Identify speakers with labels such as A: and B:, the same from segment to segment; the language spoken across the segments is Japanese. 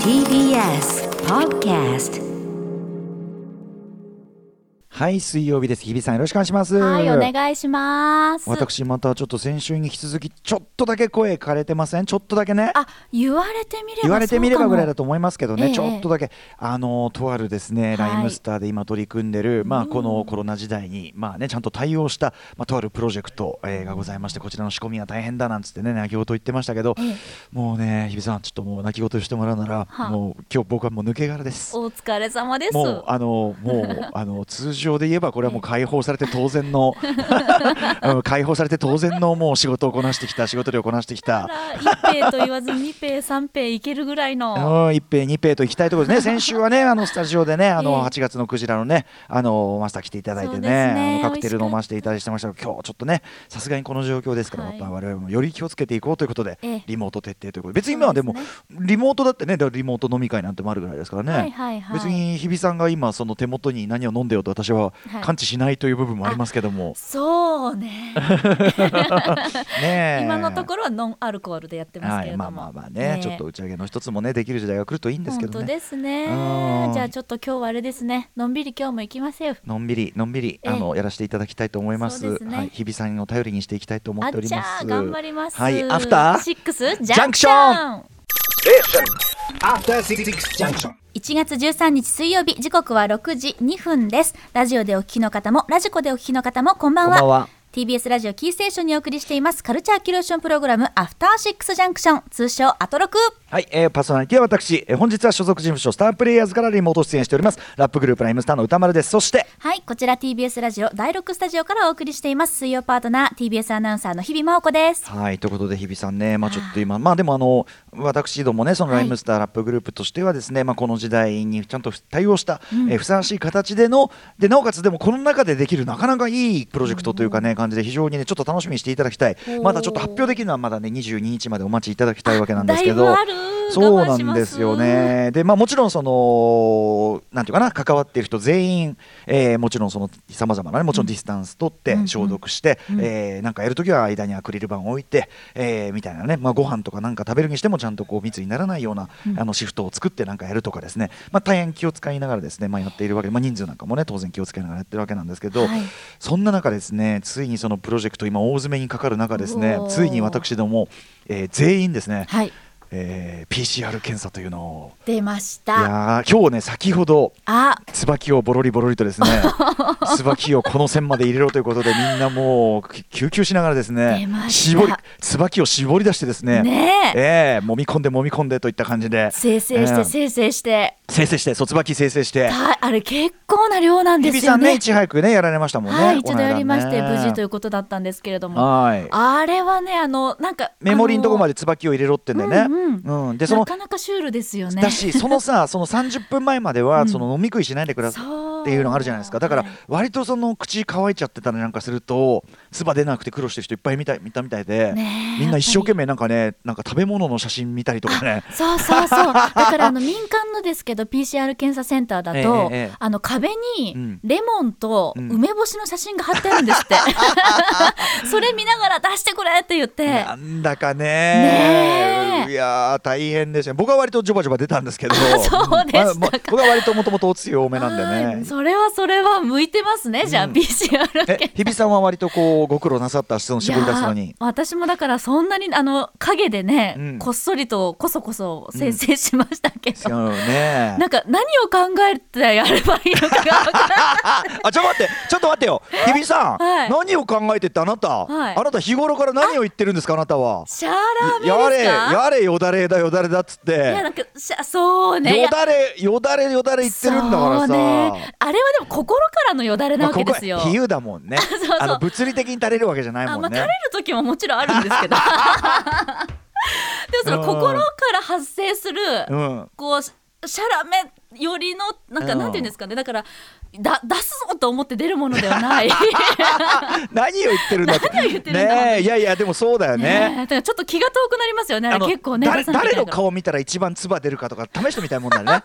A: TBS Podcast
B: はい、水曜日です。日比さん、よろしくお願いします。
C: はい、お願いします。
B: 私、またちょっと先週に引き続き、ちょっとだけ声枯れてませんちょっとだけね。
C: あ、言われてみれば
B: 言われてみればぐらいだと思いますけどね、
C: ええ
B: ちょっとだけ、あのとあるですね、
C: はい
B: ライムスターで今取り組んでる、まあ、このコロナ時代に、まあね、ちゃんと対応した、まあ、とあるプロジェクト、えーがございまして、こちらの仕込みが大変だなんつってね、泣き言言ってましたけど、
C: ええ
B: もうね、日比さん、ちょっともう泣き言してもらうなら、
C: はあ
B: もう今日僕はもう抜け殻です。
C: お疲れ様 です。
B: もうあのもうあの通常で言えばこれはもう解放されて当 然のうん解放されて当然のもう仕事をこなしてきた仕事量をこなしてき
C: あ
B: た。
C: ら一平と言わず二平三平いけるぐらい の。
B: うん、一平二平と行きたいところですね。 先週はね、あのスタジオでね、あ
C: え
B: の
C: え
B: 8月のクジラのね、あのマスター来ていただいて
C: そう
B: ね、
C: ですね
B: あのカクテ
C: 美味しかっ
B: ル
C: た
B: 飲ませていただいてましたけど、今日ちょっとね、さすがにこの状況ですから、
C: はい
B: やっぱ我々もより気をつけていこうということで、
C: ええ
B: リモート徹底ということで、別に今はでも
C: そうで
B: リモートだってね、だからリモート飲み会なんてもあるぐらいですからね。
C: はいはいはい
B: 別に日比さんが今その手元に何を飲んでようと私は
C: はい
B: 感知しないという部分もありますけども、
C: そうね。
B: ねえ
C: 今のところはノンアルコールでやってます
B: は
C: けれ
B: い、
C: ども。
B: まあまあまあねちょっと打ち上げの一つもねできる時代が来るといいんですけ
C: 本
B: ど
C: 当
B: ね
C: ですね
B: うん。
C: じゃあちょっと今日はあれですね。のんびり今日も行きませよ。
B: のんびりのんびり
C: ええ
B: あのやらせていただきたいと思います
C: そうですね
B: はい、日比さんを頼りにしていきたいと思っ
C: あ
B: ており
C: じゃ
B: ます
C: あ頑張ります。
B: はいアフター
C: シックス
B: ジ
C: ジ
B: ャ
C: ャン
B: ンク
C: ク
B: シ
C: シ
B: ョ
C: ョ
B: ン
C: ン。
D: After Six Junction.
C: 1月13日水曜日時刻は6時2分ですラジオでお聞きの方もラジコでお聞きの方もこんばんは
B: こんばんは
C: TBS ラジオキーステーションにお送りしていますカルチャーキュレーションプログラムアフターシックスジャンクション通称アトロク
B: はい、えー、パーソナリティは私、えー本日は所属事務所スタープレイヤーズからリモート出演しておりますラップグループライムスターの歌丸ですそして
C: はいこちら TBS ラジオ第6スタジオからお送りしています水曜パートナー TBS アナウンサーの日々真央子です
B: はいということで日比さんね、まあ、ちょっと今、まあ、でもあの私どもね、その
C: は
B: ラ
C: い
B: イムスターラップグループとしては、ですね、まあ、この時代にちゃんと対応した、えーふさわしい形でので、なおかつでもこの中でできる、なかなかいいプロジェクトというかね、感じで、非常にね、ちょっと楽しみにしていただきたい
C: お、ー
B: まだちょっと発表できるのは、まだね、22日までお待ちいただきたいわけなんです
C: だ
B: け
C: い
B: ど
C: ぶ。ある
B: そうな
C: 我慢し
B: ん
C: ま
B: ですよね。で、まあ、もちろん、その、なんていうかな、関わっている人全員。えーもちろん、その、さまざまなね、もちろんディスタンス取って、消毒して、えーなんかやるときは間にアクリル板を置いて。えーみたいなね、まあ、ご飯とかなんか食べるにしても、ちゃんとこう密にならないような、あのシフトを作って、なんかやるとかですね。まあ、大変気を使いながらですね、まあ、やっているわけで、まあ、人数なんかもね、当然気をつけながらやってるわけなんですけど。
C: はい
B: そんな中ですね、ついにそのプロジェクト、今大詰めにかかる中ですね
C: お、ー
B: ついに私ども、えー全員ですね。
C: はい
B: えー PCR 検査というのを
C: 出まし
B: い
C: た
B: やー今日ね先ほど
C: あ
B: 椿をボロリボロリと ですね椿をこの線まで入れろということでみんなもうき救急しながらですね
C: 出ました
B: 絞り椿を絞り出してですね
C: ねえ
B: えー揉み込んで揉み込んでといった感じで
C: 生成し
B: うん
C: て生成して、
B: 生成して卒椿生成して
C: だあれ結構な量なんで
B: 日比
C: す
B: さ
C: よ
B: んね
C: ね
B: いち早くねやられましたもんね
C: はい、
B: こ
C: 一
B: の
C: 度
B: 間ね
C: やりまして、無事ということだったんですけれども、
B: はい
C: あれはね、あの、なんか、
B: メモリーのとこま
C: で、
B: で椿を入れろってんだよね
C: うん
B: うんでその
C: なかなかシュールですよね。
B: だし、そのさ、その30分前までは、その飲み食いしないでください
C: そう
B: っていうのがあるじゃないですか。だから
C: はい、
B: 割とその口乾いちゃってたりなんかすると、唾出なくて苦労してる人いっぱい見た見たみたいで、
C: ねえ
B: みんな一生懸命なんかね、なんか食べ物の写真見たりとかね。
C: そうそうそう。だからあの民間のですけど PCR 検査センターだ
B: ええ
C: と、
B: ええ
C: あの壁
B: う
C: に
B: ん
C: レモンと
B: うん
C: 梅干しの写真が貼ってあるんですって。 それ見ながら出してくれって言って。
B: なんだかね
C: ねえ
B: いやー大変でしたね僕は割とジョバジョバ出たんですけど
C: そうでしたか
B: まあまあ僕は割ともともと強めなんで
C: は
B: ね
C: いそれはそれは向いてますね。じゃあ、PCR 検
B: え日比さんは割とこうご苦労なさったその絞り出すの
C: いや
B: に
C: ー私もだからそんなにあの影でね、
B: うん
C: こっそりとこそこそ先生しましたけど、
B: そうね
C: なんか何を考えてやればいいのかが分 からない
B: あ、ちょっと待って、ちょっと待ってよ、日比さん、
C: はい
B: 何を考えてってあなた、
C: はい
B: あなた日頃から何を言ってるんですか、あなたは。
C: シャーラーメ
B: や
C: ン
B: れ、
C: ですか
B: やれよだれだよだれだっつっ
C: いや
B: て。
C: なんかしゃそうね
B: よだれ、よだれ、よだれ言ってるんだからさ。
C: そうね、あれはでも心からのよだれ
B: ま
C: な
B: あ
C: わけですよ、
B: ここは比喩だもんね。
C: そうそう
B: あの物理的に垂れるわけじゃない
C: あ
B: も
C: まあ
B: ん
C: 垂れ
B: ね
C: る。時ももちろんあるんですけ どでもその心から発生する、
B: うん。
C: こうシャラメよりのなんか
B: うん
C: なんていうんですかねだからだ出すぞと思って出るものではない ね
B: 何を言ってるんだって。
C: 何を言ってるんだろう
B: ねえ、いやいや、でもそうだよ
C: え
B: ね。
C: だからちょっと気が遠くなりますよねあ
B: あ
C: れ
B: の
C: 結構ね
B: 誰
C: 出さなきゃい
B: 誰
C: けな
B: の
C: いから
B: 顔見たら一番唾出るかとか試してみたいもんだよ ねだか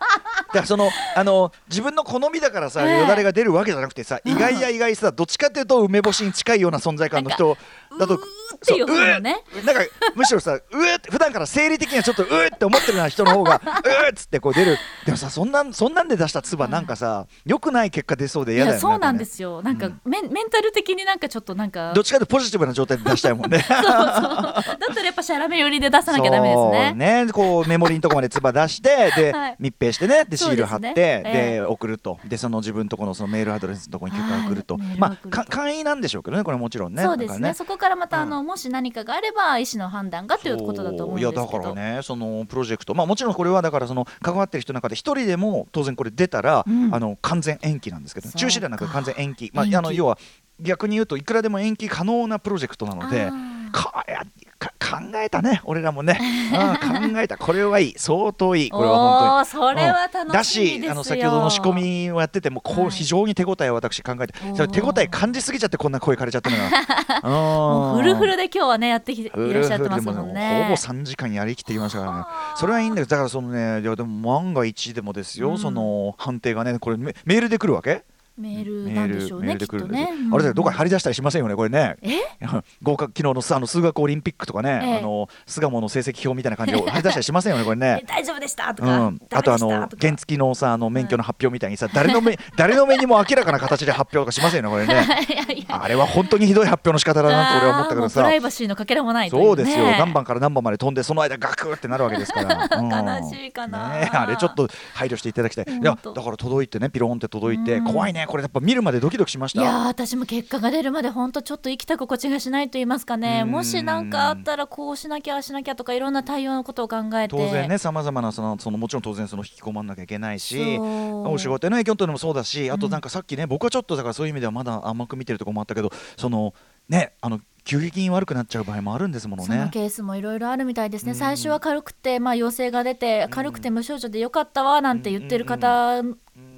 B: らそのあの自分の好みだからさ、
C: ええ
B: よだれが出るわけじゃなくてさ意外や意外さどっちかっていうと梅干しに近いような存在感の人だと
C: ていう方のね
B: そううえなんかむし ろさうえって普段から生理的にはちょっとうえって思ってるような人の方がうえっつってこう出るでもさそんなんそんなんで出した唾なんかさ良くない結果出そうで
C: い
B: 嫌だよ
C: や
B: ね
C: そうなん
B: かね
C: ですよなんかメンメンタル的になんかちょっとなんか
B: どっちかというとポジティブな状態で出したいもんね
C: だったらやっぱシャラメ寄りで出さなきゃダメですね
B: そうねこうメモリのとこまで唾出 してで、
C: はい
B: 密閉してねでシ
C: そう
B: ー
C: で
B: ル
C: す
B: 貼って
C: ね
B: で,、
C: ええ
B: 送るとでその自分のとこのそのメールアドレスのとこに結果送ると、
C: はいメールを
B: ま
C: 送
B: あ
C: ると
B: か簡易なんでしょうけどねこれもちろんね
C: そうです
B: な
C: ね
B: んか
C: そこからまた、
B: うん
C: あのもし何かがあれば医師の判断がということだと思うんですけど
B: いやだからねそのプロジェクトまあもちろんこれはだからその関わってる人の中で一人でも当然これ出たら、
C: うん
B: あの完全延期なんですけど
C: そうか
B: 中止ではなく完全延期まあ
C: 延期
B: あの要は逆に言うといくらでも延期可能なプロジェクトなので
C: あー
B: こいやか考えたね俺らもね、うん、考えたこれはいい相当いいこれは本当に
C: おーそれは楽しみですよ、
B: うんだしあの先ほどの仕込みをやっててもこ
C: は
B: う
C: い
B: 非常に手応えを私考えて、
C: おー
B: それ手応え感じすぎちゃってこんな声かれちゃったの が
C: もうフルフルで今日はねやってきてい
B: フ
C: らっ
B: ル
C: しゃって
B: フル
C: ます
B: で
C: も
B: も
C: ん
B: ね
C: ね
B: ほぼ3時間やりきっていましたからねそれはいいんだけどだからそのねいやでも万が一でもですよ、
C: うん
B: その判定がねこれメメールで来るわけ
C: メー
B: メ
C: ルな
B: ー
C: んでしょ
B: ル
C: う
B: メー
C: ねき
B: ルで
C: っ
B: 来
C: と
B: るんですよ
C: ね
B: あれだけどどこかに
C: 入
B: 張り出したりしませんよねこれね
C: え
B: 合格昨日のさあの数学オリンピックとかね、
C: ええ
B: あの巣鴨の成績表みたいな 感じで張り出したりしませんよねこれね
C: え大丈夫でしたと
B: う
C: か、
B: ん、
C: ダ
B: あ
C: メ
B: と
C: で
B: あ
C: した
B: の
C: とか
B: 原付のさあの免許の発表みたいにさ、誰の目誰の目にも明らかな形で発表とかしませんよね これね
C: いやいや
B: あれは本当にひどい発表の仕方だなと俺は思ったけ
C: あーも
B: ど
C: うプ
B: さ
C: ライバシーのかけらもないという、ね、
B: そうですよ何番から何番まで飛んでその間ガクってなるわけですから
C: 悲しいかな
B: ねえあれちょっと配慮していただきたいい
C: ほ
B: や
C: んと
B: だから届いてねピローンって届いて
C: うん
B: 怖いねこれやっぱ見るまでドキドキしまし
C: いやー
B: た
C: 私も結果が出るまで本当ちょっと生きた心地がしないと言いますかね
B: うん
C: もし何かあったらこうしなきゃああしなきゃとかいろんな対応のことを考えて
B: 当然ねさまざまなそのそのもちろん当然その引き込まんなきゃいけないし
C: そう
B: お仕事への影響というのもそうだしあ
C: う
B: と
C: ん
B: なんかさっきね僕はちょっとだからそういう意味ではまだ甘く見てるところもあったけどそのねあの急激に悪くなっちゃう場合もあるんですもの
C: その
B: ね。
C: ケースもいろいろあるみたいですね、
B: うん
C: 最初は軽くて、まあ、陽性が出て、軽くて無症状でよかったわなんて言ってる方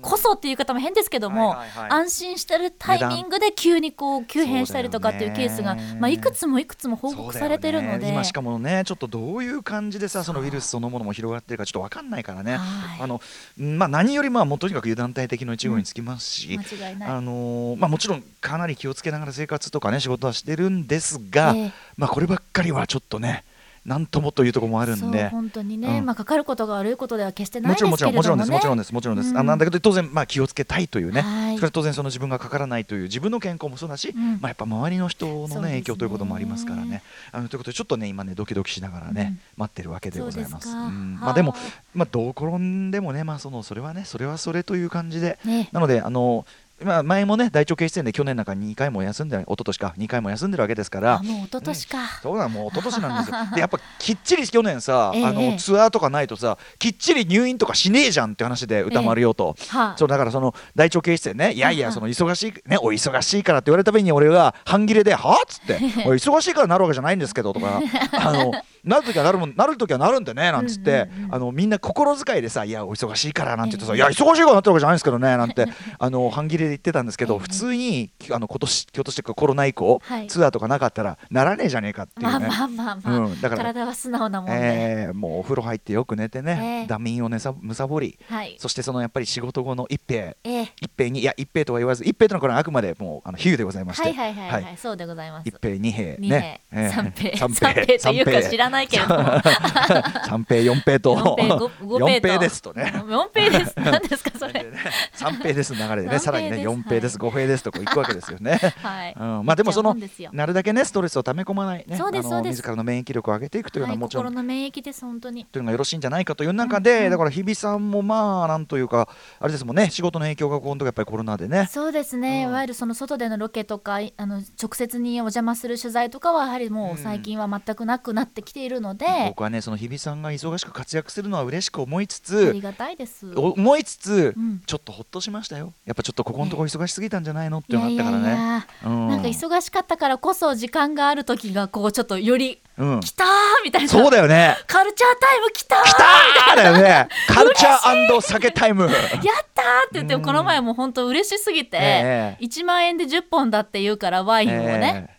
C: こそっていう方も変ですけども、
B: はいはいはい
C: 安心してるタイミングで急にこう急変したりとかっていうケースが、
B: そうだよね
C: まあ、いくつもいくつも報告されてる
B: そ
C: の
B: う
C: で、
B: だよね今しかもねちょっとどういう感じでさそのウイルスそのものも広がってるかちょっと分かんないからね、
C: はい
B: あのうんまあ、何よりまあもうとにかく油断大敵の一号につきますし、
C: 間違いない。
B: あのーまあ、もちろんかなり気をつけながら生活とかね仕事はしてるんですが、
C: ええ
B: まあ、こればっかりはちょっとねなんともというところもある
C: そ
B: ん
C: う
B: で。
C: 本当にね、
B: うん
C: まあ、かかることが悪いことでは決してない
B: も
C: ですけ
B: ちろ
C: れ
B: ん
C: ど
B: も
C: も、ね、
B: ちろんもちろんですもちろんですもちろんです、
C: うん
B: あなんだけど当然まあ気をつけたいというね
C: はい
B: それは当然その自分がかからないという自分の健康もそうだし、
C: ん
B: まあやっぱ周りの人のね
C: そうですね
B: 影響ということもありますからねあのということでちょっとね今ねドキドキしながらね、待ってるわけでございます
C: そうですか
B: ん
C: はあ
B: まあでもまあどう転んでもねまあそのそれはねそれはそれという感じで、
C: ね
B: なのであのまあ前もね大腸憩室炎で去年なんか2回も休んで一昨年か2回も休んでるわけですから
C: あもう一昨年か、
B: そうなのもう一昨年な んですよでやっぱきっちり去年さ、
C: ええ
B: あ
C: ええ
B: のツアーとかないとさきっちり入院とかしねえじゃんって話で歌丸よと、
C: はい
B: そうだからその大腸憩室でねいやい
C: は
B: や
C: い
B: その忙しいねお忙しいからって言われたたびに俺が半切れで「はっ?」つ って「おい忙しいからなるわけじゃないんですけど」とか「あのなる時はなるもんなる時はなるんでね」なんつって、あのみんな心遣いでさ「いやお忙しいから」なんて言ってさ「いや忙しいからなってるわけじゃないんですけどね」なんて あの半切れで言ってたんですけど普通にあの今年今年というかコロナ以降、
C: はい
B: ツアーとかなかったらならねえじゃねえかっていうね。
C: まあまあまあまあ、
B: うんだから
C: 体は素直なもんで、
B: えーもうお風呂入ってよく寝てね、
C: えー
B: ダミンをねさむさぼり、
C: はい
B: そしてそのやっぱり仕事後の一平、
C: ええ
B: 一平にいや一平とは言わず一平というのはこれはあくまでもうあの比喩でございまして、
C: はいはいはいはい、そうでございます
B: 一平二平
C: 二平
B: ね、えー
C: 三平
B: 三
C: 三平というか知らないけれども
B: 三平四平と
C: 四平五五平
B: 四
C: と
B: 平ですとね。
C: 四平です何ですかそ れ
B: 三平ですの流れでね、さらにね、
C: 三平です
B: 四平です、五平ですとこう行くわけですよね。
C: はい
B: うん、まあでもそ
C: 行っちゃう
B: の
C: もんですよ
B: なるだけねストレスを溜め込まないね、
C: そうです
B: あ
C: そう
B: の
C: です
B: 自らの免疫力を上げていくというの
C: は
B: はいもちろん
C: 心の免疫です本当に
B: というのがよろしいんじゃないかという中で、だから日比さんもまあなんというかあれですもんね仕事の影響が今度やっぱりコロナでね
C: そうですね、
B: うん
C: いわゆるその外でのロケとかいあの直接にお邪魔する取材とかはやはりもう最近は全くなくなってきているので、
B: 僕はねその日比さんが忙しく活躍するのは嬉しく思いつ
C: あ
B: つ
C: りがたいです。
B: 思いつつ、
C: うん
B: ちょっとほっとしましたよやっぱちょっとここのところ忙しすぎたんじゃないのって
C: い
B: いうの
C: や
B: があっ
C: い
B: た
C: や
B: から
C: い
B: ね
C: や、
B: うん
C: なんか忙しかったからこそ時間がある時がこうちょっとより
B: うん
C: 来たーみたいな、
B: そうだよね
C: カルチャータイム来たー
B: 来たーだよ ねカルチャー酒タイム
C: やったーって言って、この前も本当嬉しすぎて、
B: ええ
C: 1万円で10本だって言うからワインをね、
B: え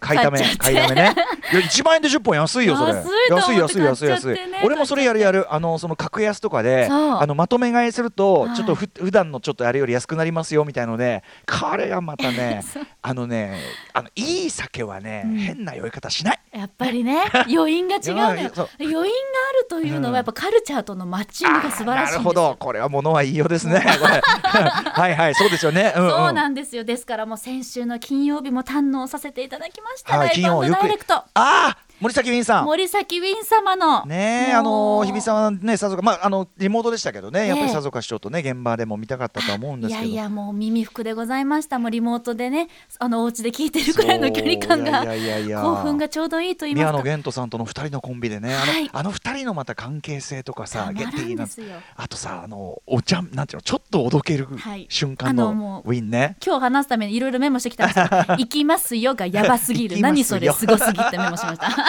B: 買いため
C: 買っちゃって
B: 買いためねいや1万円で10本安いよそれ
C: 安いと思って
B: 安い安い安い
C: 買っちゃ
B: 安
C: っ
B: い
C: てね
B: 俺もそれやるやるあのその格安とかで
C: そう
B: あのまとめ買いすると
C: はい
B: ちょっとふ普段のちょっとあれより安くなりますよみたい ので彼がまたねあのねあのいい酒はね
C: うん
B: 変な酔い方しない
C: やっぱり ね余韻が違うの
B: いや
C: よ
B: そう
C: 余韻があるというの
B: うん
C: はやっぱカルチャーとのマッチングが素晴らしい
B: あーな
C: で
B: んるほ
C: すよ
B: どこれは物は言いようですね これ はいはいそうですよねうんうん
C: そうなんですよですからもう先週の金曜日も堪能させていただきました、
B: はい
C: ライ
B: 金
C: ブ
B: 曜よく
C: ダイレクト
B: ああ森崎ウィンさん
C: 森崎ウィン様の
B: ねえあの日比
C: ん
B: さんはねさぞかまああのリモートでしたけどねやっ
C: え
B: ぱ
C: え
B: りさぞか市長とね現場でも見たかったとは思うんで
C: い
B: す
C: や
B: けど
C: いやもう耳服でございましたもうリモートでねあのお家で聞いてるくらいの距離感が
B: そういやいやいや
C: 興奮がちょうどいいと言いま
B: 宮
C: す
B: 野
C: か
B: 源斗さんとの2人のコンビでねあの,、
C: はい
B: あの2人のまた関係性とかさ
C: たま
B: ゲ
C: ら
B: ッ
C: ん
B: ティな
C: ですよ
B: あとさあのおちゃんなんていうのちょっとおどける
C: はい
B: 瞬間
C: あのも
B: の
C: う
B: ウィンね、
C: 今日話すためにいろいろメモしてきたんで すけど行きますよがやばすぎ
B: 行
C: る
B: きますよ
C: 何それすごすぎってメモしました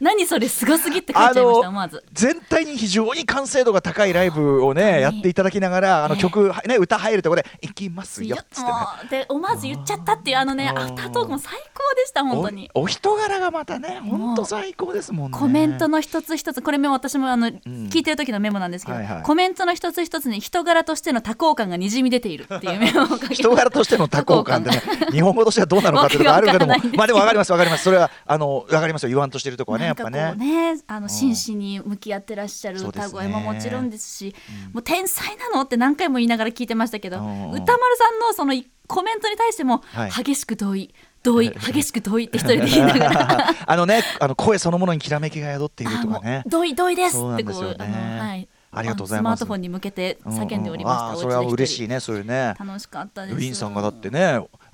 C: 何それすごすぎって書いちゃいました思わず
B: 全体に非常に完成度が高いライブをねやっていただきながらあの
C: ええ
B: 曲、ね、歌入るところで「いきますよ」っつってね
C: もうで思わず言っちゃったっていうあのね
B: あ
C: ア
B: ー
C: フタートークも最高でした本当に。
B: おお人柄がまたね本当最高ですもんね
C: コメントの一つ一つこれも私もあの、聞いてる時のメモなんですけど、
B: はいはい
C: コメントの一つ一つに人柄としての多幸感がにじみ出ているっていうメモを書きました
B: 人柄としての多幸感でね、日本語としてはどうなのかっていうのがあるけども
C: わけわからないんですけ、ど
B: まあでもわかりますわかります。それはあのわかりますよ。言わんとしてるとこはね、
C: な
B: や
C: ん
B: っ
C: か
B: ぱ
C: こう
B: ね。
C: ねあの真摯に向き合ってらっしゃる歌声も
B: そうですね
C: もちろんですしもう天才なのって何回も言いながら聞いてましたけど、
B: うん
C: 歌丸さんのそのいコメントに対しても
B: はい
C: 激しく同意、同 意激しく同意って一人で言いながら
B: あのね、あの声そのものにきらめきが宿ってい る
C: あ
B: と
C: も
B: か
C: う
B: ね。
C: 同意同意です
B: そう
C: っ
B: な
C: て
B: んで
C: こ
B: す
C: う
B: よね
C: あのはい
B: ありがとうございます
C: スマートフォンに向けて叫んでおりました、
B: うんうんあ
C: お家で一
B: ーそ
C: 人
B: れは嬉しいね、そういうね。
C: 楽しかったです
B: ウィンさんがだってね、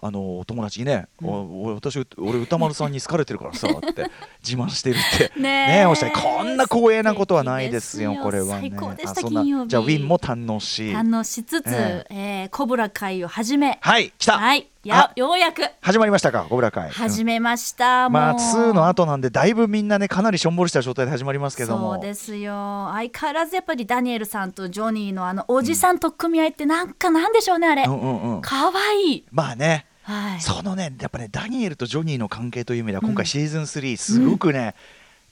B: あのお友達にね、おお私俺歌丸さんに好かれてるか らさって自慢してるって
C: ねえ
B: ねおっしゃるこんな光栄なことはないですよ
C: 素敵ですよ
B: これはね。
C: 最高でした
B: あそんな
C: 金曜日
B: じゃあウィンも堪能し。
C: 堪能しつつ、
B: え
C: えーコブラ会を始め
B: はい来た。
C: はいや
B: あ
C: ようやく
B: 始まりましたか、小倉会。
C: 始めました、
B: まあ、
C: もう
B: 2の後なんで、だいぶみんなね、かなりしょんぼりした状態で始まりますけども。
C: そうですよ相変わらずやっぱりダニエルさんとジョニーのあのおじさんと組合ってなんかなんでしょうねあれ、
B: うんうんうん。
C: かわいい、
B: まあね、
C: はい、
B: そのね、やっぱね、ダニエルとジョニーの関係という意味では、今回シーズン3、すごくね、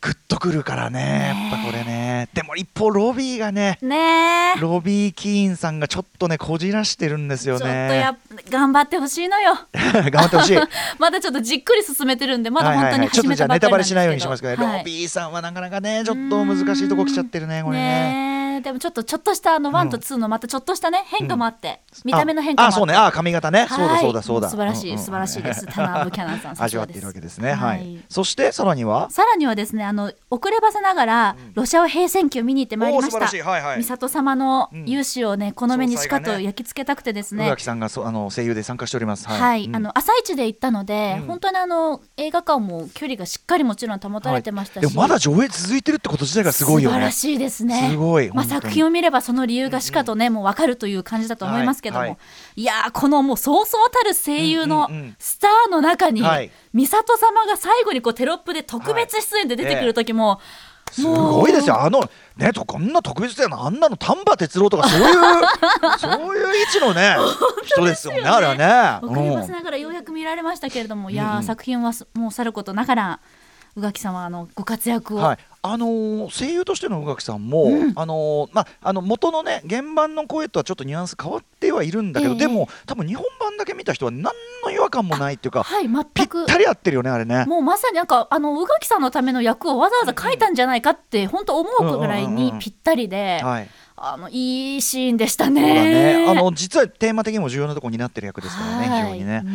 B: グッとくるからね、やっぱこれね。でも一方、ロビー がね、
C: ねえ
B: ロビー・キーンさんがちょっとね、こじらしてるんです
C: ちょ
B: よ
C: っと
B: ね
C: や。頑張ってほしいのよ
B: 頑張ってほしい。
C: まだちょっとじっくり進めてるんで まだ本当に
B: ち
C: 始
B: ょっと
C: め
B: じゃ
C: た
B: あ
C: ばっ
B: ネ
C: か
B: タ
C: りなんですけど
B: バレしないようにしますけど、
C: はい
B: ロビーさんはなかなかねちょっと難しいとこ来ちゃってるねこれね
C: ねえでもちょっとちょっとしたあの1と2のまたちょっとしたね変化もあって、見た目の変
B: あ
C: 化もあっ
B: あ
C: て
B: そうねあ髪型ね、そう
C: は
B: だ
C: い
B: そうだそうだ
C: 素晴らしい、
B: うんうん
C: 素晴らしいですタナーブキャナンさんさす
B: 味
C: が
B: わっ
C: です
B: ているわけですねはい、
C: はい
B: そしてさらには
C: さらにはですねあの遅ればせながら、ロシアを平戦期を見に行ってまいりまし
B: おー
C: た
B: 素晴らしいはいはい
C: 美里様の
B: うん
C: 勇姿をねこの目にしかと
B: 総裁がね
C: 焼き付けたくてです
B: 宇
C: ね、
B: 垣さんがそあの声優で参加しております
C: はい
B: うん
C: あの朝一で行ったので、
B: うん
C: 本当にあの映画館も距離がしっかりもちろん保たれてましたし、
B: はいでもまだ上映続いてるってこと自体がすごいよ
C: 素晴
B: ね
C: らしいですね。
B: すごい
C: まあ、
B: 本当に
C: 作品を見ればその理由がしかとね、もう分かるという感じだと思いますけども、
B: はい
C: い
B: はい
C: やーこのもうそうそうたる声優の
B: うんうんうん
C: スターの中に、
B: はい
C: 美里様が最後にこうテロップで特別出演で出てくる時も、
B: すごいですよあのねとこんな特別だよなあんなの丹波哲郎とかそういうそういう位置の ね人ですよねあれはね
C: 遅れば
B: う
C: せ
B: ん
C: ながらようやく見られましたけれども、い
B: うん
C: や
B: う
C: ー
B: ん
C: 作品はすもうさることながら宇垣様のご活躍を、
B: はい、あのー声優としての宇垣さんも、あのーまああの元のね原版の声とはちょっとニュアンス変わってはいるんだけど、
C: ええ
B: でも多分日本版だけ見た人は何の違和感もないっていうか、
C: はい
B: ぴっ
C: 全く
B: たり合ってるよねあれね。
C: もうまさになんかあの宇垣さんのための役をわざわざ書いたんじゃないかって本当思うぐらいにぴったりで、
B: はい、
C: あのいいシーンでした
B: そう
C: ね。
B: だね。あの実はテーマ的にも重要なところになってる役ですからね、
C: はい
B: 非常にね。
C: う
B: う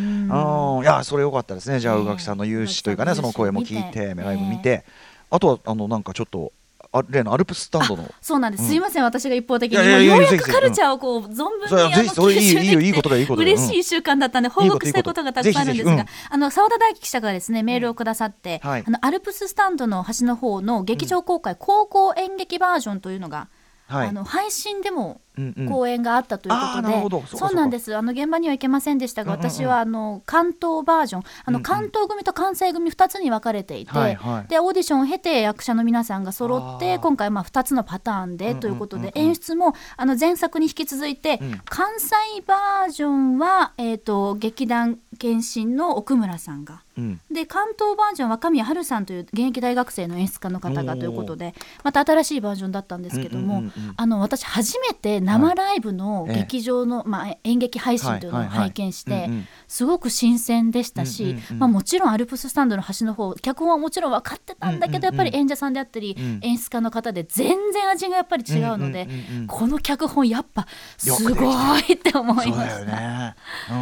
B: んん、いやそれ良かったですね。じゃあ
C: ねえ
B: 宇垣さんの勇姿というかね、
C: 宇垣さ
B: そ
C: んの
B: の声も聞い
C: 勇
B: て、
C: 姿見て
B: ライブ見て、あとはあのなんかちょっとあ例のアルプススタンドの。
C: そうなんです、
B: うん
C: すいません私が一方的に
B: いやいやいや
C: もうよう
B: ぜ
C: や
B: ひ
C: く
B: ぜひ
C: カルチャーをこう存分に
B: それはぜひ
C: あの
B: それいい
C: 吸収できて
B: いいよいいことだよいいことだよ
C: 嬉しい一週間だったんで報告したいことがたくさんあるんです
B: いいこと
C: が
B: いいこ
C: あの澤田大樹記者がですねメールをくださって、
B: はい
C: あのアルプススタンドの端の方の劇場公開、高校演劇バージョンというのが、
B: はい
C: あ。の配信でも
B: うんうん
C: 公演があったというこ
B: あ
C: と
B: ーなるほど
C: で、
B: そうかそうか
C: そうなんですあの現場には行けませんでしたが、
B: うんうんうん
C: 私はあの関東バージョンあ
B: うん
C: の
B: うん
C: 関東組と関西組2つに分かれていて、
B: はいはい
C: でオーディションを経て役者の皆さんが揃っ
B: あ
C: て
B: ー
C: 今回まあ2つのパターンでということで、
B: うんうんうんうん
C: 演出もあの前作に引き続いて、
B: うん
C: 関西バージョンは、えー、と劇団検診の奥村さんが。
B: うん
C: で関東バージョンは若宮春さんという現役大学生の演出家の方が
B: おー
C: ということでまた新しいバージョンだったんですけども、
B: うんうんうんうん
C: あの私初めて生ライブの
B: はい
C: 劇場の、まあ、演劇配信というのを
B: はいはいはい
C: 拝見して、
B: うんうん
C: すごく新鮮でしたし、
B: うんうんうん
C: まあ、もちろんアルプススタンドの端の方脚本はもちろん分かってたんだけど、
B: うんうんうん
C: やっぱり演者さんであったり、
B: うん
C: 演出家の方で全然味がやっぱり違うので、
B: うんうんうんうん
C: この脚本やっぱす
B: よ
C: ご
B: くできて
C: い
B: る
C: って思い
B: そう
C: ま
B: だよ
C: した。
B: ね、う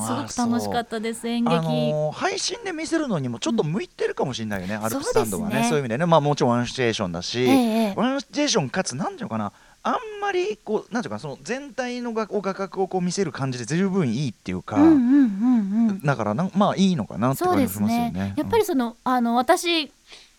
B: ん、
C: すご
B: あ
C: く楽しか
B: そう
C: ったです演劇、
B: あのー配信で見せるのにもちょっと向いてるかもしれないよね、アルプススタンド
C: そ
B: は
C: うです
B: ね
C: ね
B: そういう意味でね、まあ、もちろんワンシチュエーションだし、
C: ええ
B: ワンシチュエーションかつ何ていうのかなあんまりこうなんていうかなその全体のが画角をこう見せる感じで十分いいっていうか、
C: うんうんうんうん、
B: だからなんまあいいのかなって
C: そう
B: 感
C: で
B: じし
C: す
B: ますよね。
C: ねやっぱりその、あの私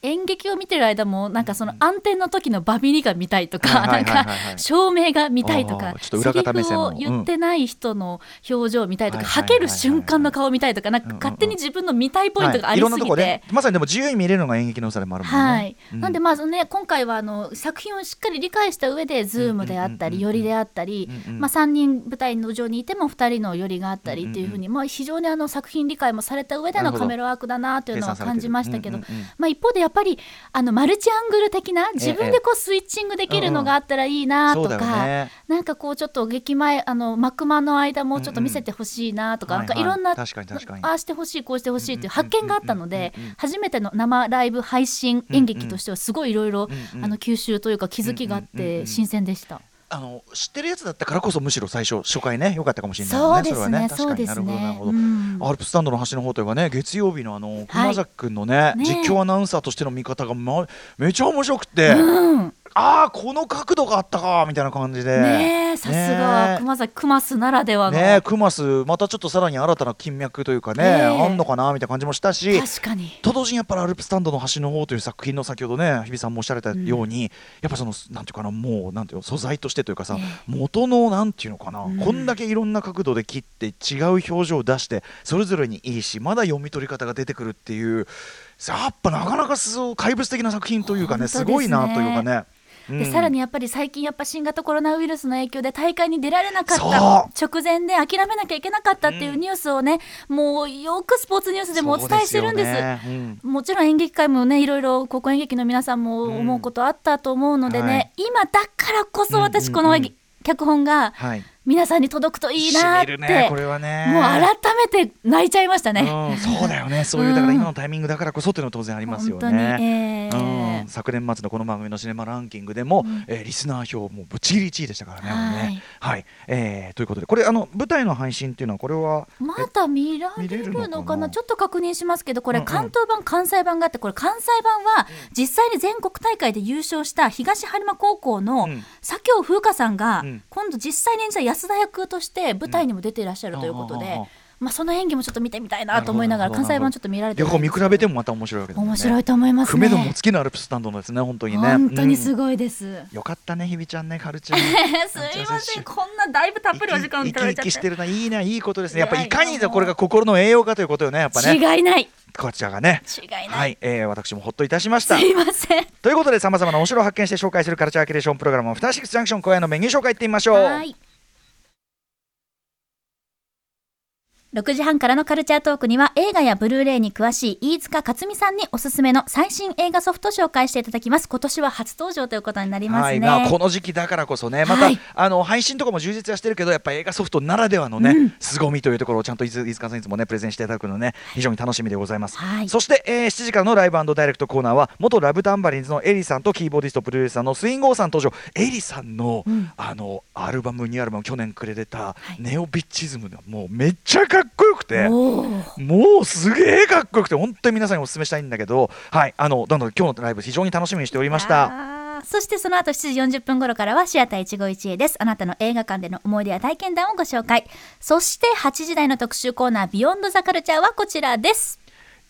C: 演劇を見てる間もなんかその暗転の時のバビリが見たいとか、
B: はいはいはいはい
C: なんか照明が見たいと
B: あ
C: か
B: ーちょっと
C: セ
B: 裏
C: リ
B: 方目線
C: フ
B: の
C: を言ってない人の表情を見たいとか、
B: うん
C: はける瞬間の顔を見たいとかなん
B: うん
C: か
B: うんうん
C: 勝手に自分の見たいポイントがあ
B: はい、
C: りす
B: いろんなと
C: ぎ
B: こ
C: て、
B: でまさにでも自由に見れるのが演劇の良さでもあるもんね。
C: はい、
B: う
C: なんでまあそのね今回はあの作品をしっかり理解した上でズームであったり
B: うんうんうんう
C: より
B: ん
C: であったり、
B: うんうん
C: まあ3人舞台の上にいても2人のよりがあったりっていうふう
B: うん
C: に、まあ非常にあの作品理解もされた上で
B: なる
C: の
B: ほど
C: カメラワークだなというのは
B: 計算されてる
C: 感じましたけど、
B: うんうんうん
C: まあ一方でやっぱりあのマルチアングル的な自分でこうスイッチングできるのがあったらいいなと
B: そ
C: か
B: うだ。よね
C: なんかこうちょっと劇前あの幕間の間もちょっと見せてほしいなとか、
B: うんうん
C: なんかいろんな、
B: はいはい確かに確かに
C: ああしてほしいこうしてほしいっていう
B: うんうんうん
C: 発見があったので、
B: うんうんうん
C: 初めての生ライブ配信演劇としてはすごいいろいろ
B: うんうん
C: あの吸収というか気づきがあっ
B: うんうんうんう
C: て
B: ん
C: 新鮮でした。
B: あの知ってるやつだったからこそむしろ最初初回ね良かったかもしれない
C: そう
B: よね
C: です
B: れは
C: ね
B: ね確
C: そ
B: か
C: う
B: に
C: で
B: な
C: す
B: るほどなる
C: ね。
B: ほど、
C: うん
B: アルプススタンドの端の方というかね月曜日のあの熊崎君のね,、
C: ねえ
B: 実況アナウンサーとしての見方が、ま、めちゃ面白くて、
C: うん
B: ああこの角度があったかみたいな感じで
C: ねえさすが
B: ね
C: 熊崎熊須ならでは
B: え
C: の、
B: ねえクマスまたちょっとさらに新たな金脈というかね、
C: ええ
B: あんのかなみたいな感じもしたし
C: 確かに
B: と同時にやっぱりアルプススタンドの橋の方という作品の先ほどね日比さんもおっしゃられたように、やっぱそのなんていうかなもうなんていうの素材としてというかさ、
C: ええ
B: 元のなんていうのかな、
C: うん
B: こんだけいろんな角度で切って違う表情を出してそれぞれにいいしまだ読み取り方が出てくるっていうやっぱなかなかそう怪物的な作品というかね
C: 本当ですね
B: すごいなというかね。う
C: で
B: ん
C: さらにやっぱり最近やっぱ新型コロナウイルスの影響で大会に出られなかっ
B: そう
C: た直前で諦めなきゃいけなかったっていうニュースをね、もうよくスポーツニュースでもお伝えしてるんです。
B: そうよねうん
C: もちろん演劇界もねいろいろ高校演劇の皆さんも思うことあったと思うのでね、
B: うんはい
C: 今だからこそ私
B: うん
C: この
B: うんうん
C: 脚本が
B: はい、
C: 皆さんに届くといいなっ、
B: してみるねこれはね
C: もう改めて泣いちゃいましたね。
B: うん、そうだよね、そういうだから今のタイミングだからこそっていうのは当然ありますよ
C: 本当に、え
B: ね。
C: ー
B: うん、昨年末のこの番組のシネマランキングでも、えーリスナー票もうぶっちぎり1位でしたからね。
C: はい
B: あれねはいえーということでこれあの舞台の配信っていうのはこれは
C: まだ見られ
B: 見れ
C: る
B: る
C: の
B: の
C: か
B: か
C: な
B: な
C: ちょっと確認しますけどこれ
B: うんうん
C: 関東版、関西版があってこれ関西版は実際に全国大会で優勝した東播磨高校の
B: うん
C: 左京風花さんが、
B: うん
C: 今度実際に演じた安田役として舞台にも出ていらっしゃるということで、
B: うんああああ
C: まあ、その演技もちょっと見てみたいなと思いながら
B: なる
C: 関
B: ほど
C: 西版ちょっと見られて
B: 両
C: ないんで
B: 方見
C: すけ
B: 比
C: ど
B: べてもまた面白いわけだもんね。
C: 面白いと思いますね
B: 組めどもつきのアルプススタンドのですね本当にね。
C: 本当にす
B: い。
C: ごいです、
B: よかったねひびちゃんねカルチャー。
C: すいませんこんなだいぶたっぷりお時間を
B: 生
C: い
B: き
C: ただ
B: 生
C: いちゃっ
B: き
C: て
B: してるないいないいことです
C: い
B: ね。
C: や
B: や
C: い
B: っ
C: や
B: ぱいかにこれが心の栄養かということよねやっぱね。
C: 違いない
B: カルチャーがね。
C: 違いない、
B: はい、えー、私もほっといたしました
C: す。いません
B: ということで、さまざまなお城を発見して紹介するカルチャーキュレーションプログラム、アフターシックスジャンクション、今夜のメニュー紹介いってみましょう。
C: はい。6時半からのカルチャートークには映画やブルーレイに詳しい飯塚克美さんにおすすめの最新映画ソフトを紹介していただきます。今年は初登場ということになりま
B: は
C: す
B: い
C: ね。
B: まあ、この時期だからこそね、また、
C: はい
B: あの配信とかも充実はしてるけど、やっぱ映画ソフトならではのね、
C: うん
B: 凄みというところをちゃんと飯飯塚さんいつもね、プレゼンしていただくのね、非常に楽しみでございます。
C: はい
B: そして、えー7時からのライブダイレクトコーナーは、元ラブタンバリンズのエリさんとキーボーディスト、プロデューサーのスインゴーさん登場、エリさんの,、あのアルバム、ニューアルバム、去年くれてた、ネオビッチズムがもうめっちゃかっこよくて。
C: おー
B: もうすげえかっこよくて本当に皆さんにお勧めしたいんだけど、はい、あのなので今日のライブ非常に楽しみにしておりました。
C: あーそしてその後7時40分頃からはシアター一期一会です。あなたの映画館での思い出や体験談をご紹介。そして8時台の特集コーナービヨンドザカルチャーはこちらです。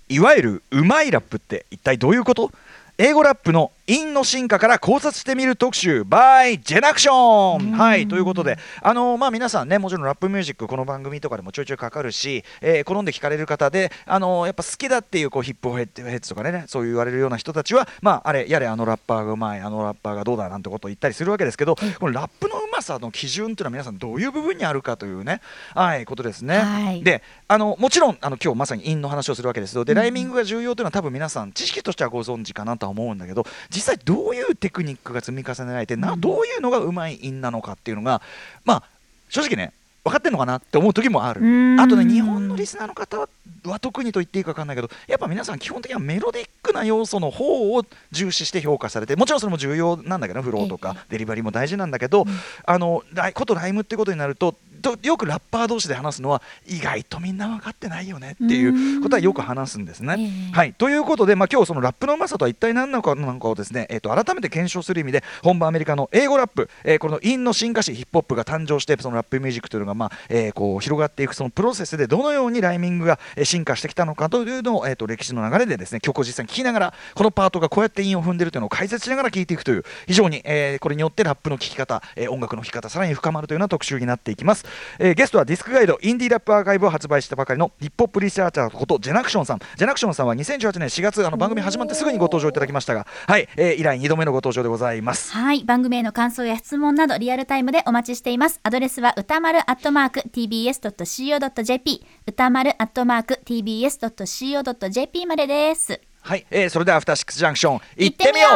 B: いわゆるうまいラップって一体どういうこと？英語ラップの韻の進化から考察してみる特集 by ジェナクションはいということであのまあ皆さんねもちろんラップミュージックこの番組とかでもちょいちょいかかるし、えー好んで聞かれる方であのやっぱ好きだっていうこうヒップホヘッドヘッズとかねそう言われるような人たちはまああれやれあのラッパーがうまいあのラッパーがどうだなんてことを言ったりするわけですけどこのラップのうまさの基準というのは皆さんどういう部分にあるかというね、はい、ことですね。
C: はい
B: であのもちろんあの今日まさに韻の話をするわけですよで、ライミングが重要というのは多分皆さん知識としてはご存知かなとは思うんだけど実際どういうテクニックが積み重ねられてなどういうのがうまい韻なのかっていうのがまあ正直ね分かってんのかなって思う時もある
C: うん
B: あとね日本のリスナーの方はは特にと言っていいか分かんないけどやっぱ皆さん基本的にはメロディックな要素の方を重視して評価されてもちろんそれも重要なんだけどねフローとかデリバリーも大事なんだけど、あのライことライムってことになるととよくラッパー同士で話すのは意外とみんな分かってないよねっていうことはよく話すんですね。
C: ええ
B: はいということで、まあ、今日そのラップのうまさとは一体何なのかなんかをですね、えー、と改めて検証する意味で本場アメリカの英語ラップ、えーこのインの進化史ヒップホップが誕生してそのラップミュージックというのが、まあえーこう広がっていくそのプロセスでどのようにライミングがえー進化してきたのかというのを、えー、と歴史の流れでですね曲を実際に聴きながらこのパートがこうやってインを踏んでるというのを解説しながら聴いていくという非常に、えーこれによってラップの聴き方、えー音楽の聴き方さらに深まるというような特集になっていきます、えーゲストはディスクガイドインディーラップアーカイブを発売したばかりのヒップホップリサーチャーことジェナクションさんジェナクションさんは2018年4月あの番組始まってすぐにご登場いただきましたがはい、えー以来2度目のご登場でございます
C: はい。番組への感想や質問などリアルタイムでお待ちしています。アドレスは歌丸アットマーク tbs.co.jp 歌丸アットマーク tbs.co.jp までです。
B: はい、えーそれではアフターシックスジャンクション行
C: 行
B: ってみよう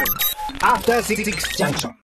C: う
D: After Six Junction.